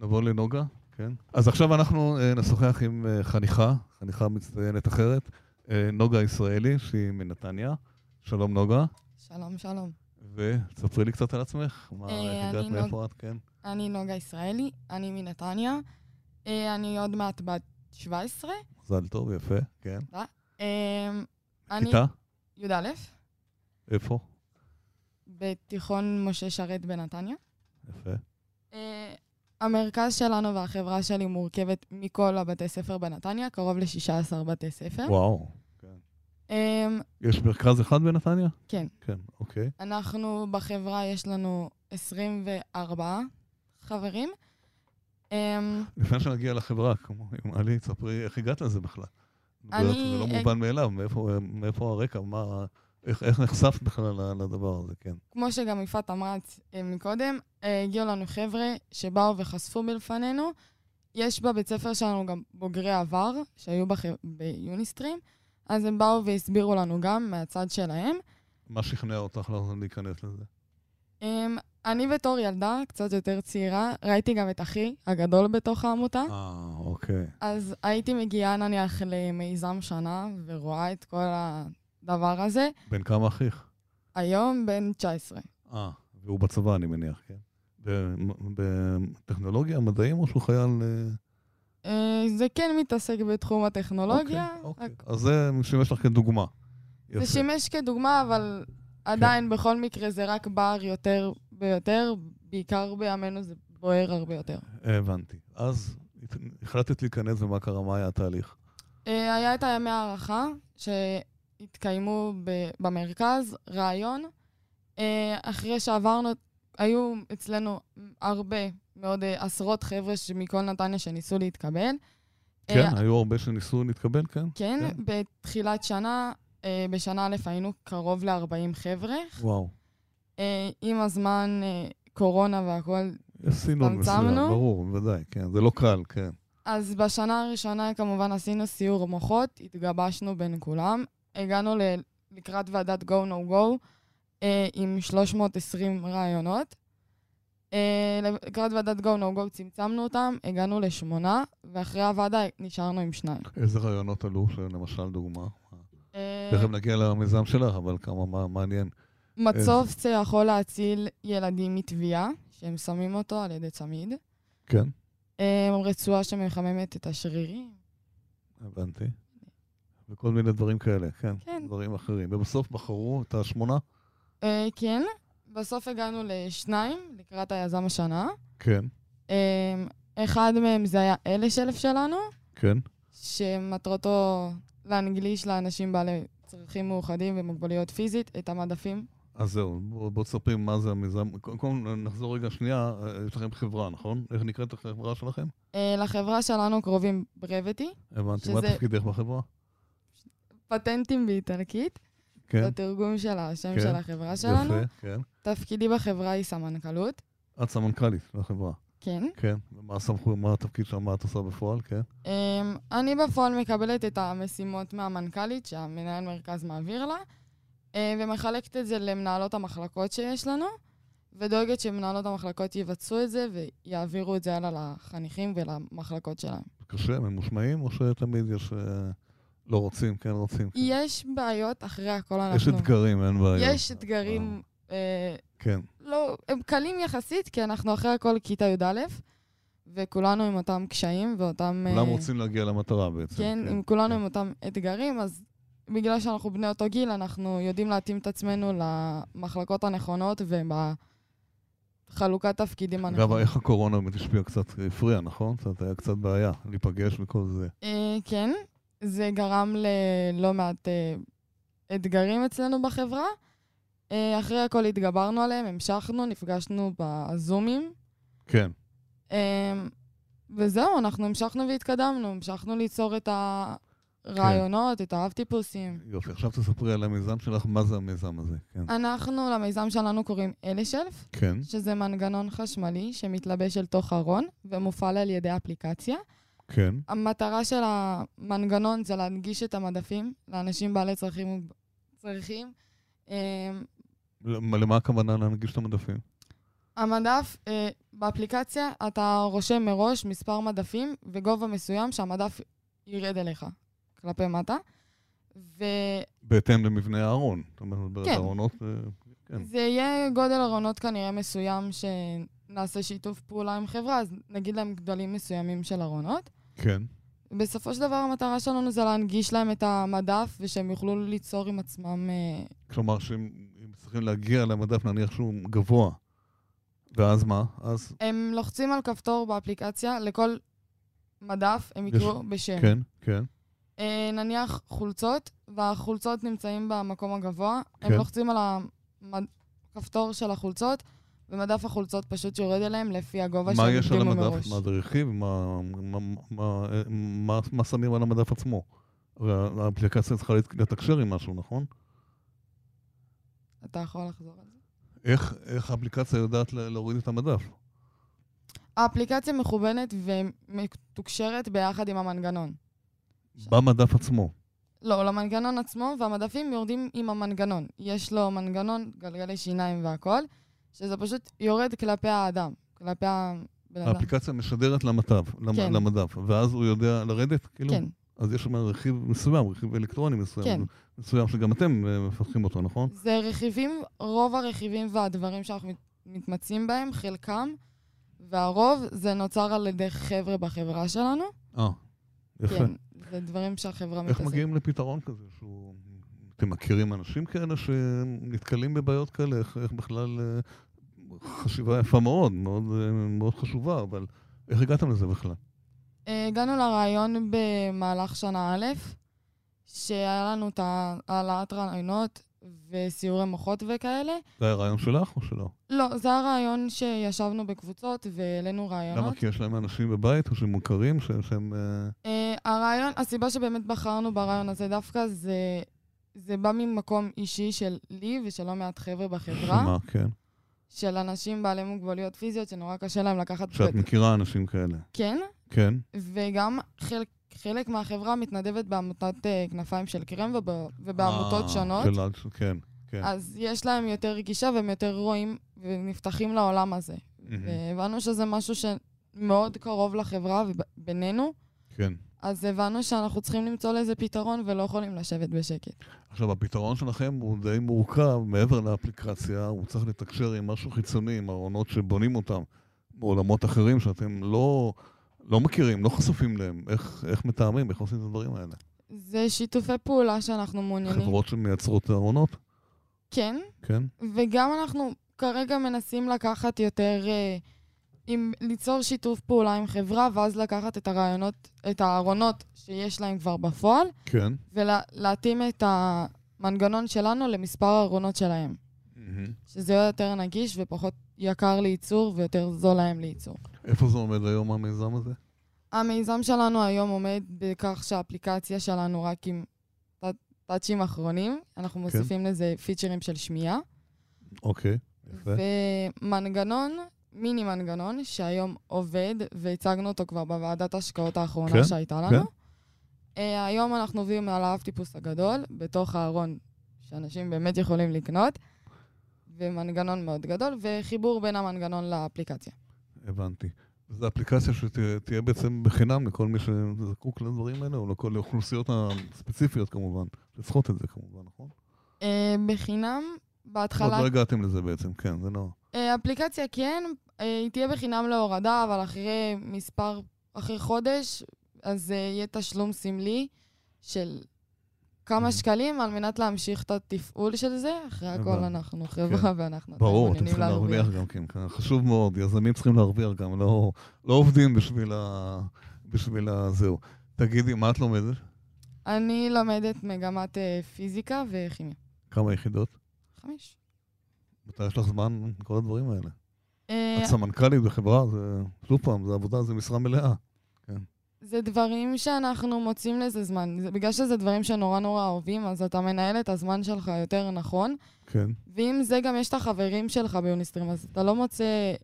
נעבור לנוגה, כן. אז עכשיו אנחנו אה, נשוחח עם אה, חניכה, חניכה מצטיינת אחרת, אה, נוגה ישראלי, שהיא מנתניה. שלום נוגה, שלום, שלום. ותספרי לי קצת על עצמך. מה, אה, איך הגעת, אני מאיפה את, כן? אני נוגה ישראלי, אני מנתניה. אה, אני עוד מעט בת 17. מזל טוב, יפה, כן. אה, אני כיתה? י"א, איפה? בתיכון משה שרת בנתניה. יפה. אה, המרכז שלנו והחברה שלי מורכבת מכל הבתי ספר בנתניה, קרוב ל-16 בתי ספר. וואו. אה, יש מרכז אחד בנתניה? כן. כן, אוקיי. אנחנו בחברה, יש לנו 24 חברים. אה, לפני שנגיע לחברה, כמו עם עלי, תספרי איך הגעת לזה בכלל. אני- זה לא מובן מאליו, מאיפה, מאיפה הרקע, מה, איך, איך נחשפת בכלל ל- לדבר הזה, כן. כמו שגם יפעת אמרה אה, מקודם, אה, הגיעו לנו חבר'ה שבאו וחשפו בפנינו. יש בבית ספר שלנו גם בוגרי עבר, שהיו בח... ביוניסטרים, אז הם באו והסבירו לנו גם מהצד שלהם. מה שכנע אותך לא להיכנס לזה? הם, אמ, אני בתור ילדה, קצת יותר צעירה, ראיתי גם את אחי הגדול בתוך העמותה, אה, אוקיי. אז הייתי מגיעה נניח למיזם שנה ורואה את כל הדבר הזה. בן כמה אחיך? היום בן 19. אה, והוא בצבא, אני מניח, כן. במ- בטכנולוגיה, מדעים, או שהוא חייל... אה, אה, זה כן מתעסק בתחום הטכנולוגיה, אוקיי, אוקיי. אז זה שימש לך כדוגמה. יפה. זה שימש כדוגמה, אבל עדיין, בכל מקרה, זה רק בער יותר ויותר, בעיקר בימינו זה בוער הרבה יותר. הבנתי. אז הת- החלטת להיכנס, ומה קרה? מה היה התהליך? אה, היה את הימי הערכה שהתקיימו ב- במרכז, ראיון, אה, אחרי שעברנו, היו אצלנו הרבה, מאוד אה, עשרות חבר'ה ש- מכל נתניה שניסו להתקבל. כן, אה, היו הרבה שניסו להתקבל, כן? כן, כן. בתחילת שנה, אה, בשנה א' היינו קרוב ל-40 חבר'ה. וואו. אה, עם הזמן, אה, קורונה והכול, יש סינון מסוים, צמצמנו? ברור, בוודאי, כן. זה לא קל, כן. אז בשנה הראשונה כמובן עשינו סיור מוחות, התגבשנו בין כולם. הגענו ל- לקראת ועדת go no go אה, עם 320 רעיונות. אה, לקראת ועדת go no go צמצמנו אותם, הגענו לשמונה, ואחרי הוועדה נשארנו עם שניים. איזה רעיונות עלו, למשל, דוגמה? אה, תכף נגיע למיזם שלך, אבל כמה מה- מעניין. מצוף זה יכול להציל ילדים מתביעה, שהם שמים אותו על ידי צמיד. כן, אה, רצועה שמחממת את השרירים. הבנתי. וכל מיני דברים כאלה, כן. כן. דברים אחרים. ובסוף בחרו את השמונה? אה, כן, בסוף הגענו לשניים לקראת היזם השנה. כן, אה, אחד מהם זה היה אלה שלף שלנו, כן. שמטרתו להנגליש לאנשים בעלי צרכים מאוחדים ומוגבלויות פיזית את המדפים. אז זהו, בואו בוא תספרי מה זה המיזם. קודם כל נחזור רגע שנייה, אה, יש לכם חברה, נכון? איך נקראת החברה שלכם? אה, לחברה שלנו קרובים ברבטי, הבנתי, מה שזה- תפקידך בחברה? פטנטים באיטלקית, כן, זה תרגום של השם כן. של החברה שלנו. יפה, כן. תפקידי בחברה היא סמנכ"לות, את סמנכ"לית של החברה, כן. כן. ומה הסמכות, מה התפקיד שם, מה את עושה בפועל, כן? אמ, אני בפועל מקבלת את המשימות מהמנכ"לית שהמנהל מרכז מעביר לה, אה, ומחלקת את זה למנהלות המחלקות שיש לנו, ודואגת שמנהלות המחלקות יבצעו את זה ויעבירו את זה הלאה לחניכים ולמחלקות שלהם. קשה, ממושמעים, או שתמיד יש... אה, לא רוצים, כן רוצים. כן? יש בעיות אחרי הכל אנחנו... יש אתגרים, אין בעיה. יש אתגרים, אה, כן, לא, הם קלים יחסית, כי אנחנו אחרי הכל כיתה י"א, וכולנו עם אותם קשיים ואותם... כולם אה, רוצים להגיע למטרה בעצם. כן, עם כולנו כן. עם אותם אתגרים, אז בגלל שאנחנו בני אותו גיל, אנחנו יודעים להתאים את עצמנו למחלקות הנכונות ובחלוקת תפקידים אגב, הנכונות. איך הקורונה באמת השפיעה קצת, הפריעה, נכון? זאת היה קצת בעיה, להיפגש וכל זה. אה, כן, זה גרם ללא מעט אה, אתגרים אצלנו בחברה. אה, אחרי הכל התגברנו עליהם, המשכנו, נפגשנו בזומים, כן. אה, וזהו, אנחנו המשכנו והתקדמנו, המשכנו ליצור את הרעיונות, את האב-טיפוסים. יופי, עכשיו תספרי על המיזם שלך, מה זה המיזם הזה. אה. כן. אנחנו, למיזם שלנו קוראים אלה שלף, כן, שזה מנגנון חשמלי שמתלבש אל תוך ארון ומופעל על ידי אפליקציה. כן, המטרה של המנגנון זה להנגיש את המדפים לאנשים בעלי צרכים, מוג- צרכים. אה, למ- למה הכוונה להנגיש את המדפים? המדף, אה, באפליקציה אתה רושם מראש מספר מדפים וגובה מסוים שהמדף ירד אליך, כלפי מטה. וזה בהתאם למבנה הארון. זאת אומרת, כן. בארונות... אה, כן. יהיה גודל ארונות כנראה מסוים שנעשה שיתוף פעולה עם חברה, אז נגיד להם גדלים מסוימים של ארונות. כן, בסופו של דבר המטרה שלנו זה להנגיש להם את המדף ושהם יוכלו ליצור עם עצמם... אה, כלומר שהם הם צריכים להגיע למדף, נניח שהוא גבוה. ואז מה? אז, הם לוחצים על כפתור באפליקציה, לכל מדף הם יקראו בשם. כן, כן, אה, נניח חולצות, והחולצות נמצאים במקום הגבוה, הם כן. לוחצים על הכפתור של החולצות, ומדף החולצות פשוט יורד אליהם לפי הגובה מה שהם יש על הגדירו המדף? מראש. מה זה רכיב? מה, מה, מה, מה, מה שמים על המדף עצמו? הרי האפליקציה צריכה להת- לתקשר עם משהו, נכון? אתה יכול לחזור על זה. איך, איך האפליקציה יודעת לה- להוריד את המדף? האפליקציה מכוונת ומתוקשרת ביחד עם המנגנון. במדף עצמו. לא, למנגנון עצמו, והמדפים יורדים עם המנגנון. יש לו מנגנון, גלגלי שיניים והכול, שזה פשוט יורד כלפי האדם, כלפי הבן אדם. האפליקציה משדרת למטף, למ- לא. כן. למדף, ואז הוא יודע לרדת? כאילו? כן, אז יש שם רכיב מסוים, רכיב אלקטרוני מסוים, כן. מסוים שגם אתם אה, מפתחים אותו, נכון? זה רכיבים, רוב הרכיבים והדברים שאנחנו מת- מתמצאים בהם, חלקם, והרוב זה נוצר על ידי חבר'ה בחברה שלנו. אה, יפה. כן, זה דברים שהחברה איך מתעסקת. מגיעים לפתרון כזה שהוא... אתם מכירים אנשים כאלה שנתקלים בבעיות כאלה? איך, איך בכלל... אה, חשיבה יפה מאוד, מאוד, אה, מאוד חשובה, אבל איך הגעתם לזה בכלל? אה, הגענו לרעיון במהלך שנה א', שהיה לנו את העלאת רעיונות וסיורי מוחות וכאלה. זה היה רעיון שלך או שלא? לא, זה הרעיון שישבנו בקבוצות והעלינו רעיונות. למה? כי יש להם אנשים בבית או שהם מוכרים, ש- שהם... אה, Uh, הרעיון, הסיבה שבאמת בחרנו ברעיון הזה דווקא זה, זה בא ממקום אישי של לי ושל לא מעט חבר'ה בחברה, שמה, כן. של אנשים בעלי מוגבלויות פיזיות שנורא קשה להם לקחת... שאת מכירה אנשים כאלה. כן, כן. וגם חלק, חלק מהחברה מתנדבת בעמותת uh, כנפיים של קרם וב, ובעמותות אה, שונות, של אל- כן. כן. אז יש להם יותר גישה והם יותר רואים ונפתחים לעולם הזה. מהמם. והבנו שזה משהו שמאוד קרוב לחברה ובינינו. כן. אז הבנו שאנחנו צריכים למצוא לזה פתרון ולא יכולים לשבת בשקט. עכשיו, הפתרון שלכם הוא די מורכב, מעבר לאפליקציה, הוא צריך לתקשר עם משהו חיצוני, עם ארונות שבונים אותם, בעולמות אחרים שאתם לא, לא מכירים, לא חשופים להם. איך, איך מתאמים, איך עושים את הדברים האלה? זה שיתופי פעולה שאנחנו מעוניינים. חברות שמייצרות ארונות, כן, כן? וגם אנחנו כרגע מנסים לקחת יותר... אה, עם, ליצור שיתוף פעולה עם חברה, ואז לקחת את הרעיונות, את הארונות שיש להם כבר בפועל, כן. ולהתאים את המנגנון שלנו למספר הארונות שלהם. שזה יהיה יותר נגיש ופחות יקר לייצור ויותר זול להם לייצור. איפה זה עומד היום, המיזם הזה? המיזם שלנו היום עומד בכך שהאפליקציה שלנו רק עם טאט- טאצ'ים אחרונים, אנחנו כן. מוסיפים לזה פיצ'רים של שמיעה, אוקיי, יפה. ומנגנון, מיני מנגנון, שהיום עובד, והצגנו אותו כבר בוועדת ההשקעות האחרונה כן, שהייתה לנו. אה, היום אנחנו עובדים על האב טיפוס הגדול, בתוך הארון שאנשים באמת יכולים לקנות, ומנגנון מאוד גדול, וחיבור בין המנגנון לאפליקציה. הבנתי. זו אפליקציה שתהיה בעצם בחינם לכל מי שזקוק לדברים האלה, או לכל האוכלוסיות הספציפיות כמובן. לצחות את זה כמובן, נכון? אה, בחינם, עוד בהתחלה לא הגעתם לזה בעצם, כן, זה לא... אה, אפליקציה כן, אה, היא תהיה בחינם להורדה, אבל אחרי מספר, אחרי חודש, אז אה, יהיה תשלום סמלי של כמה Mhm. שקלים על מנת להמשיך את התפעול של זה. אחרי הכל הבנתי. כן. אנחנו חברה ואנחנו ברור, אתם מעוניינים צריכים להרוויח. להרוויח גם כן, כן, חשוב מאוד, יזמים צריכים להרוויח גם, לא, לא עובדים בשביל ה... בשביל ה... זהו. תגידי, מה את לומדת? אני לומדת מגמת אה, פיזיקה וכימיה. כמה יחידות? חמש. מתי יש לך זמן לכל הדברים האלה? אה, את סמנכ"לית בחברה, זה... שוב פעם, זה עבודה, זה משרה מלאה. זה דברים שאנחנו מוצאים לזה זמן. זה- בגלל שזה דברים שנורא נורא אוהבים, אז אתה מנהל את הזמן שלך יותר נכון. כן. ועם זה גם יש את החברים שלך ביוניסטרים, אז אתה לא מוצא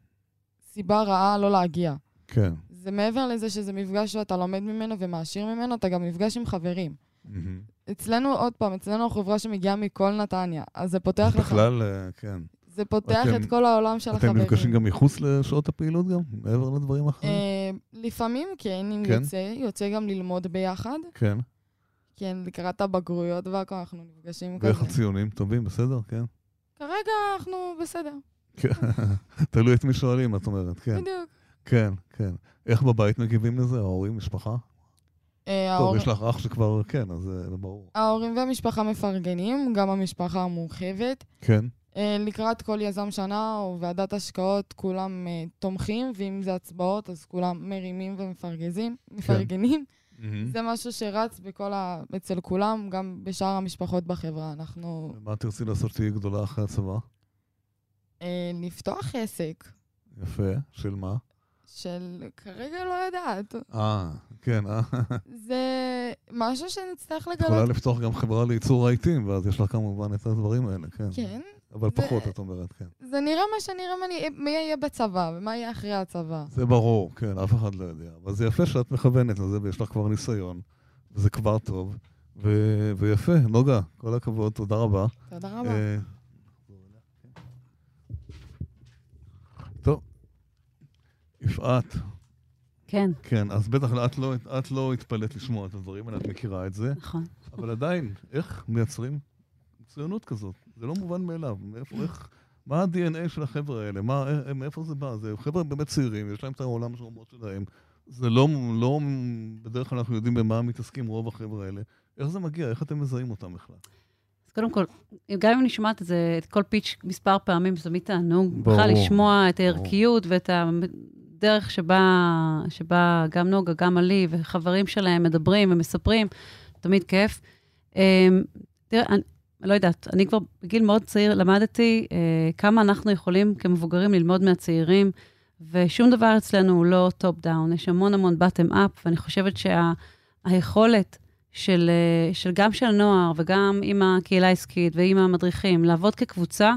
סיבה רעה לא להגיע. כן. זה מעבר לזה שזה מפגש שאתה לומד ממנו ומעשיר ממנו, אתה גם נפגש עם חברים. מהמם. אצלנו, עוד פעם, אצלנו החברה שמגיעה מכל נתניה, אז זה פותח אז לך, בכלל, אה, כן. זה פותח אתם- את כל העולם של אתם החברים. נפגשים גם מחוץ לשעות הפעילות גם? מעבר לדברים האחרים? אה, לפעמים כן, אם כן. יוצא, יוצא גם ללמוד ביחד. כן. כן, לקראת הבגרויות והכל, אנחנו נפגשים ואיך כזה. הציונים? טובים, בסדר? כן. כרגע אנחנו בסדר, כן. תלוי את מי שואלים, את אומרת, כן. בדיוק. כן, כן. איך בבית מגיבים לזה? ההורים, משפחה? אה, טוב, ההור- יש לך אח שכבר, כן, אז אה, זה ברור. ההורים והמשפחה מפרגנים, גם המשפחה המורחבת. כן, אה, לקראת כל יזם שנה או ועדת השקעות, כולם אה, תומכים, ואם זה הצבעות, אז כולם מרימים ומפרגזים, כן. מפרגנים. Mm-hmm. זה משהו שרץ בכל ה... אצל כולם, גם בשאר המשפחות בחברה. אנחנו מה תרצי לעשות שהיא גדולה אחרי הצבא? אה, לפתוח עסק יפה, של מה? של כרגע לא יודעת. אה, כן, אה. זה משהו שנצטרך את יכולה לגלות. לפתוח גם חברה לייצור רהיטים, ואז יש לך כמובן את הדברים האלה, כן. כן. אבל זה- פחות, את אומרת, כן. זה נראה מה שנראה מה נהיה- מה יהיה בצבא ומה יהיה אחרי הצבא. זה ברור, כן, אף אחד לא יודע. אבל זה יפה שאת מכוונת לזה, ויש לך כבר ניסיון, וזה כבר טוב, ו- ויפה, נוגה, כל הכבוד, תודה רבה. תודה רבה. אה, טוב, יפעת, כן, כן, אז בטח את לא, את לא התפלאת לשמוע את הדברים האלה, את מכירה את זה, נכון. אבל עדיין, איך מייצרים מצוינות כזאת? זה לא מובן מאליו, מאיפה, איך, מה ה-DNA של החבר'ה האלה? מה, אה, מאיפה זה בא? זה חבר'ה באמת צעירים, יש להם את העולם של הרמות שלהם. זה לא, לא, בדרך כלל אנחנו יודעים במה מתעסקים רוב החבר'ה האלה. איך זה מגיע? איך אתם מזהים אותם בכלל? אז קודם כל, גם אם אני שומעת את זה, את כל פיץ' מספר פעמים, זה תמיד תענוג. ברור. בכלל לשמוע את ברור. הערכיות ואת הדרך שבה, שבה גם נוגה, גם עלי וחברים שלהם מדברים ומספרים, תמיד כיף. אמ, תראה, אני- לא יודעת, אני כבר בגיל מאוד צעיר למדתי אה, כמה אנחנו יכולים כמבוגרים ללמוד מהצעירים, ושום דבר אצלנו הוא לא טופ דאון, יש המון המון בטם אפ, ואני חושבת שהיכולת של, אה, של גם של נוער וגם עם הקהילה העסקית ועם המדריכים, לעבוד כקבוצה,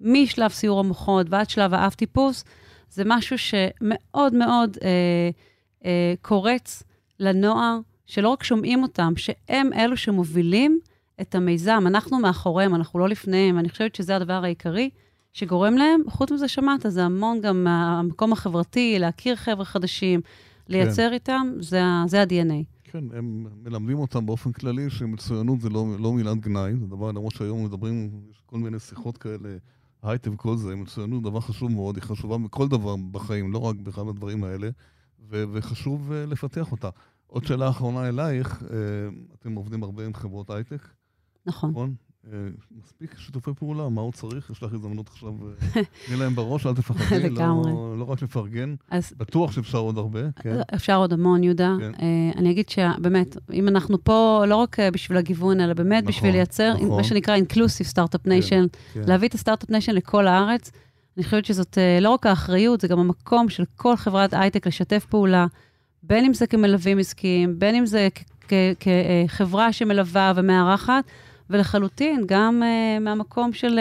משלב סיור המוחות ועד שלב האף טיפוס, זה משהו שמאוד מאוד אה, אה, קורץ לנוער, שלא רק שומעים אותם, שהם אלו שמובילים את המיזם. אנחנו מאחוריהם, אנחנו לא לפניהם. אני חושבת שזה הדבר העיקרי שגורם להם. חוץ מזה, שמעת, זה המון גם המקום החברתי, להכיר חבר'ה חדשים, לייצר כן. איתם, זה, ה- זה ה-DNA. כן, הם מלמדים אותם באופן כללי שמצוינות זה לא, לא מילת גנאי, זה דבר, למרות שהיום מדברים, יש כל מיני שיחות כאלה, הייטק וכל זה, מצוינות זה דבר חשוב מאוד, היא חשובה מכל דבר בחיים, לא רק בכלל בדברים האלה, ו- וחשוב אה, לפתח אותה. עוד שאלה אחרונה אלייך, אה, אתם עובדים הרבה עם חברות הייטק, נכון. נכון? אה, מספיק שיתופי פעולה, מה עוד צריך? יש לך הזדמנות עכשיו, אה, תני להם בראש, אל תפחדי, לגמרי. לא, לא, לא רק לפרגן, אז בטוח שאפשר עוד הרבה, כן. אפשר עוד המון, יהודה. כן. אה, אני אגיד שבאמת, אם אנחנו פה לא רק אה, בשביל הגיוון, אלא באמת נכון, בשביל לייצר, נכון. מה שנקרא Inclusive Startup Nation, כן. להביא את הסטארט-אפ ניישן לכל הארץ. אני חושבת שזאת אה, לא רק האחריות, זה גם המקום של כל חברת הייטק לשתף פעולה, בין אם זה כמלווים עסקיים, בין אם זה כחברה אה, שמלווה ומארחת, ולחלוטין, גם uh, מהמקום של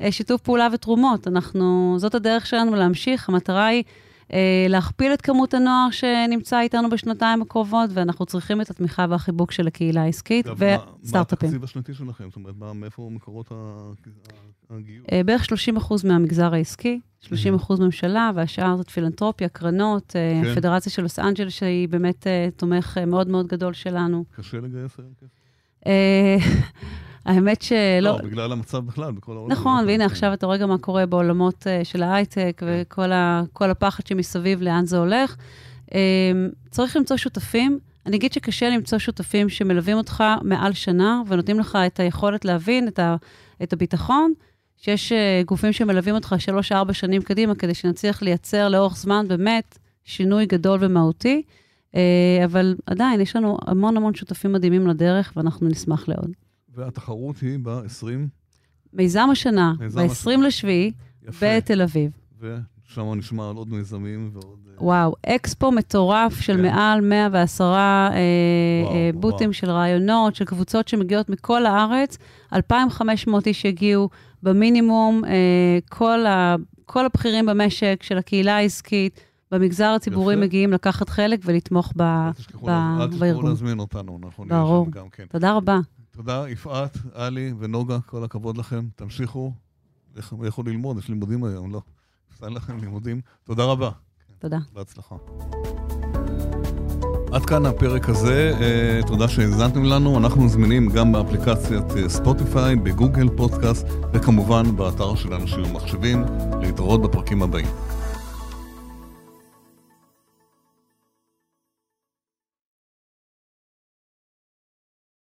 uh, שיתוף פעולה ותרומות. אנחנו, זאת הדרך שלנו להמשיך. המטרה היא uh, להכפיל את כמות הנוער שנמצא איתנו בשנתיים הקרובות, ואנחנו צריכים את התמיכה והחיבוק של הקהילה העסקית אגב, מה- וסטארט-אפים. מה התקציב השנתי שלכם? זאת אומרת, מה- מאיפה מקורות ה- הגיוס? אה, בערך 30 אחוז מהמגזר העסקי, 30 Mhm. אחוז ממשלה, והשאר זאת פילנטרופיה, קרנות, אה, כן. הפדרציה של לוס אנג'לס, שהיא באמת אה, תומך אה, מאוד מאוד גדול שלנו. קשה לגייס היום כסף? אה, האמת שלא... לא, בגלל המצב בכלל, בכל העולם. נכון, כן. והנה עכשיו אתה רואה גם מה קורה בעולמות אה, של ההייטק וכל ה- כל הפחד שמסביב, לאן זה הולך. אה, צריך למצוא שותפים. אני אגיד שקשה למצוא שותפים שמלווים אותך מעל שנה ונותנים לך את היכולת להבין את, ה, את הביטחון, שיש אה, גופים שמלווים אותך שלוש-ארבע שנים קדימה, כדי שנצליח לייצר לאורך זמן באמת שינוי גדול ומהותי. אה, אבל עדיין, יש לנו המון המון שותפים מדהימים לדרך, ואנחנו נשמח לעוד. והתחרות היא ב-20, מיזם השנה, מיזם ב-20 השנה. לשביעי, יפה. בתל אביב. ושם נשמע על עוד מיזמים ועוד... אה, וואו, אקספו מטורף של כן. מעל 110 אה, וואו, אה, וואו. בוטים של רעיונות, של קבוצות שמגיעות מכל הארץ. 2,500 איש הגיעו במינימום, אה, כל, ה, כל הבכירים במשק, של הקהילה העסקית, במגזר הציבורי יפה. מגיעים לקחת חלק ולתמוך ב... אל תשכחו לה- אל תשכחו בארגון. להזמין אותנו, אנחנו נהיה ברור. שם גם כן. תודה רבה. תודה, יפעת, עלי ונוגה, כל הכבוד לכם. תמשיכו, לכו- לכו ללמוד, יש לימודים היום, לא. הפסד לכם לימודים. תודה רבה. תודה. בהצלחה. עד כאן הפרק הזה, אה, תודה שהאזנתם לנו, אנחנו זמינים גם באפליקציית אה, ספוטיפיי, בגוגל פודקאסט וכמובן באתר שלנו של מחשבים, להתראות בפרקים הבאים.